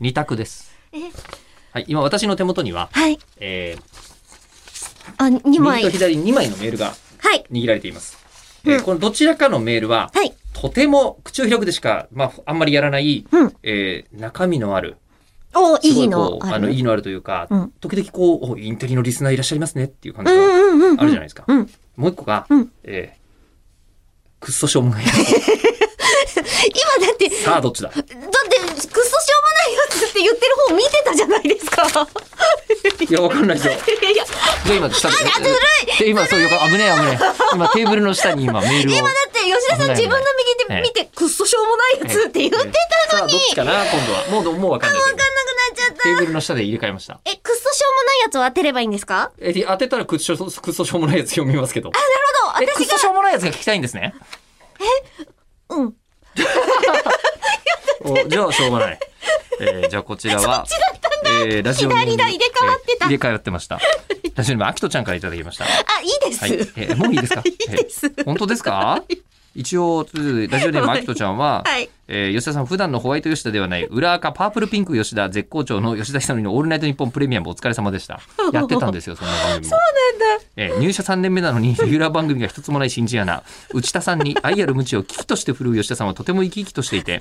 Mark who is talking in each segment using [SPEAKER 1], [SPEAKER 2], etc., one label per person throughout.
[SPEAKER 1] 二択です。
[SPEAKER 2] え
[SPEAKER 1] はい、今私の手元には、
[SPEAKER 2] はい。
[SPEAKER 1] えー
[SPEAKER 2] あ、二枚。
[SPEAKER 1] 右と
[SPEAKER 2] はい。
[SPEAKER 1] 左に2枚のメールが
[SPEAKER 2] はい。
[SPEAKER 1] 握られています。えー
[SPEAKER 2] うん
[SPEAKER 1] このどちらかのメールは、とても口を開くでしか、まあ、あんまりやらない、
[SPEAKER 2] うん
[SPEAKER 1] えー中身のある、
[SPEAKER 2] おー、
[SPEAKER 1] す
[SPEAKER 2] 意
[SPEAKER 1] ご
[SPEAKER 2] 義
[SPEAKER 1] いこ
[SPEAKER 2] の
[SPEAKER 1] う、
[SPEAKER 2] あ
[SPEAKER 1] あの、
[SPEAKER 2] る。
[SPEAKER 1] 意義のあるというか、
[SPEAKER 2] うん
[SPEAKER 1] 時々こう、おインテリのリスナーいらっしゃいますねっていう感
[SPEAKER 2] う
[SPEAKER 1] じ
[SPEAKER 2] ん
[SPEAKER 1] が
[SPEAKER 2] うんうんうん。
[SPEAKER 1] あるじゃないですか。
[SPEAKER 2] うん。
[SPEAKER 1] もう一個が、
[SPEAKER 2] うん
[SPEAKER 1] えーくっそしょうもない。
[SPEAKER 2] 今だって、
[SPEAKER 1] さあ、どっちだ
[SPEAKER 2] だって、クソしょうもないやつって言ってる方見てたじゃないですか。
[SPEAKER 1] いや、わかんないですよ。
[SPEAKER 2] いやいや、だ
[SPEAKER 3] で今下で。で今そう横危ねえ危ねえ。今テーブルの下に今メールを。
[SPEAKER 2] って吉田さん自分の右手見て、クソしょうもないやつって言ってたのに、
[SPEAKER 1] さあ、どっちかな今度は。もうど、もうわかんないけど。
[SPEAKER 2] わかんなくなっちゃった。
[SPEAKER 3] テーブルの下で入れ替えました。
[SPEAKER 2] え、クソしょうもないやつを当てればいいんですか
[SPEAKER 1] えー当てたらくっそ、くっそしょうもないやつ読みますけど。
[SPEAKER 2] なるほ
[SPEAKER 3] え、
[SPEAKER 2] ど、
[SPEAKER 3] ク
[SPEAKER 2] 私
[SPEAKER 3] ソしょうもないやつが聞きたいんですね。
[SPEAKER 2] が、うん。
[SPEAKER 3] おじゃあしょうがない。えーじゃあこちら は。えーラジオネーム
[SPEAKER 2] 左だ入れ替わってた
[SPEAKER 3] えー入れ替わってま した。ラジオネームあきとちゃんからいただきました。は
[SPEAKER 2] あ、いいです。
[SPEAKER 3] い。えーもういいですか。
[SPEAKER 2] いいです。
[SPEAKER 3] 本当 ですか一応、ラジオネーム、あきとちゃんは、
[SPEAKER 2] はい
[SPEAKER 3] えー吉田さん、普段のホワイト吉田ではない、裏赤、パープルピンク吉田、絶好調の吉田久典のオールナイトニッポンプレミアムお疲れ様でした。やってたんですよ、そんな番組も。そうなんだ。えー入社3年目なのに、 レギュラー番組が一つもない新人アナ、内田さんに愛ある無知を危機として振るう吉田さんはとても生き生きとしていて、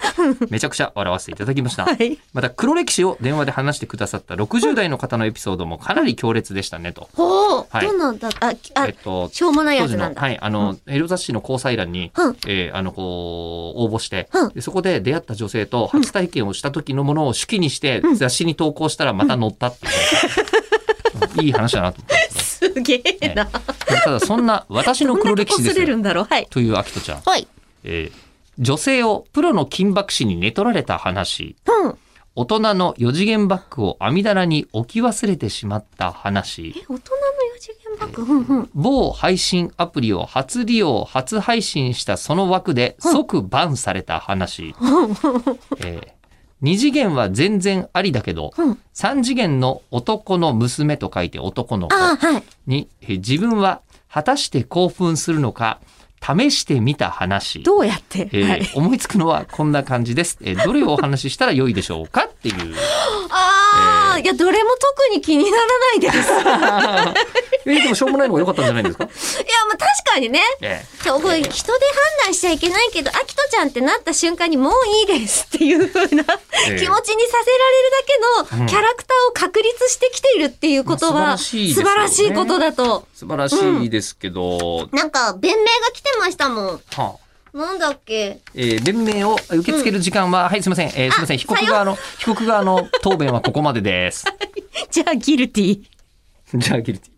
[SPEAKER 3] めちゃくちゃ笑わせていただきました。
[SPEAKER 2] はい
[SPEAKER 3] また、黒歴史を電話で話してくださった60代の方のエピソードもかなり強烈でしたね、と。
[SPEAKER 2] ほう、
[SPEAKER 3] はい
[SPEAKER 2] どんなんだあ、きあ
[SPEAKER 3] えっ、と
[SPEAKER 2] しょうもない
[SPEAKER 3] 当
[SPEAKER 2] や
[SPEAKER 3] 時
[SPEAKER 2] つな
[SPEAKER 3] の、
[SPEAKER 2] んだ。
[SPEAKER 3] はい、あの、エロ雑誌の交際欄に、
[SPEAKER 2] うん
[SPEAKER 3] えーあの、こう、応募して、
[SPEAKER 2] うん
[SPEAKER 3] でそこで出会った女性と初体験をした時のものを手記にして、雑誌に投稿したらまた載ったっていう、 うんいい話だなと思ったんです
[SPEAKER 2] すげえな。
[SPEAKER 3] けど。ただ、そんな、私の黒歴史で
[SPEAKER 2] 擦
[SPEAKER 3] す
[SPEAKER 2] れ
[SPEAKER 3] よ
[SPEAKER 2] るんだろう。はい。
[SPEAKER 3] というアキトちゃん、
[SPEAKER 2] はい。
[SPEAKER 3] えー女性をプロの金箔師に寝取られた話、
[SPEAKER 2] うん。
[SPEAKER 3] 大人の4次元バッグを網棚に置き忘れてしまった話、
[SPEAKER 2] え、大人の四次元バッグ。うんうん。
[SPEAKER 3] 某配信アプリを初利用、初配信したその枠で即バンされた 話。えー二次元は全然ありだけど、
[SPEAKER 2] うん
[SPEAKER 3] 三次元の男の娘と書いて男の子
[SPEAKER 2] ああ、はい。
[SPEAKER 3] に、えー自分は果たして興奮するのか、試してみた話。
[SPEAKER 2] どうやって、
[SPEAKER 3] えー
[SPEAKER 2] はい。
[SPEAKER 3] 思いつくのはこんな感じです。えーどれをお話ししたら良いでしょうかって いう。
[SPEAKER 2] ああ、いや、どれも特に気になら ないです。いや、
[SPEAKER 1] えーでもしょうもないのが良かったんじゃないんですか
[SPEAKER 2] まあ確かにね。
[SPEAKER 3] え
[SPEAKER 2] 今日これ人で判断しちゃいけないけど、アキトちゃんってなった瞬間にもういいですっていう風な
[SPEAKER 3] ええ
[SPEAKER 2] 気持ちにさせられるだけのキャラクターを確立してきているっていうこと
[SPEAKER 3] まあ
[SPEAKER 2] は
[SPEAKER 3] 素晴らしいです
[SPEAKER 2] 素
[SPEAKER 3] よね
[SPEAKER 2] 晴らしいことだと。
[SPEAKER 3] ー素晴らしいですけど、
[SPEAKER 2] なんか弁明が来てましたもん。
[SPEAKER 3] はあ
[SPEAKER 2] なんだっけ
[SPEAKER 3] えー弁明を受け付ける時間は、はい、すいません、えーすいません、被告側の、被告側の答弁はここまでです。
[SPEAKER 2] じゃあギルティ。
[SPEAKER 3] じゃあ、ギルティ。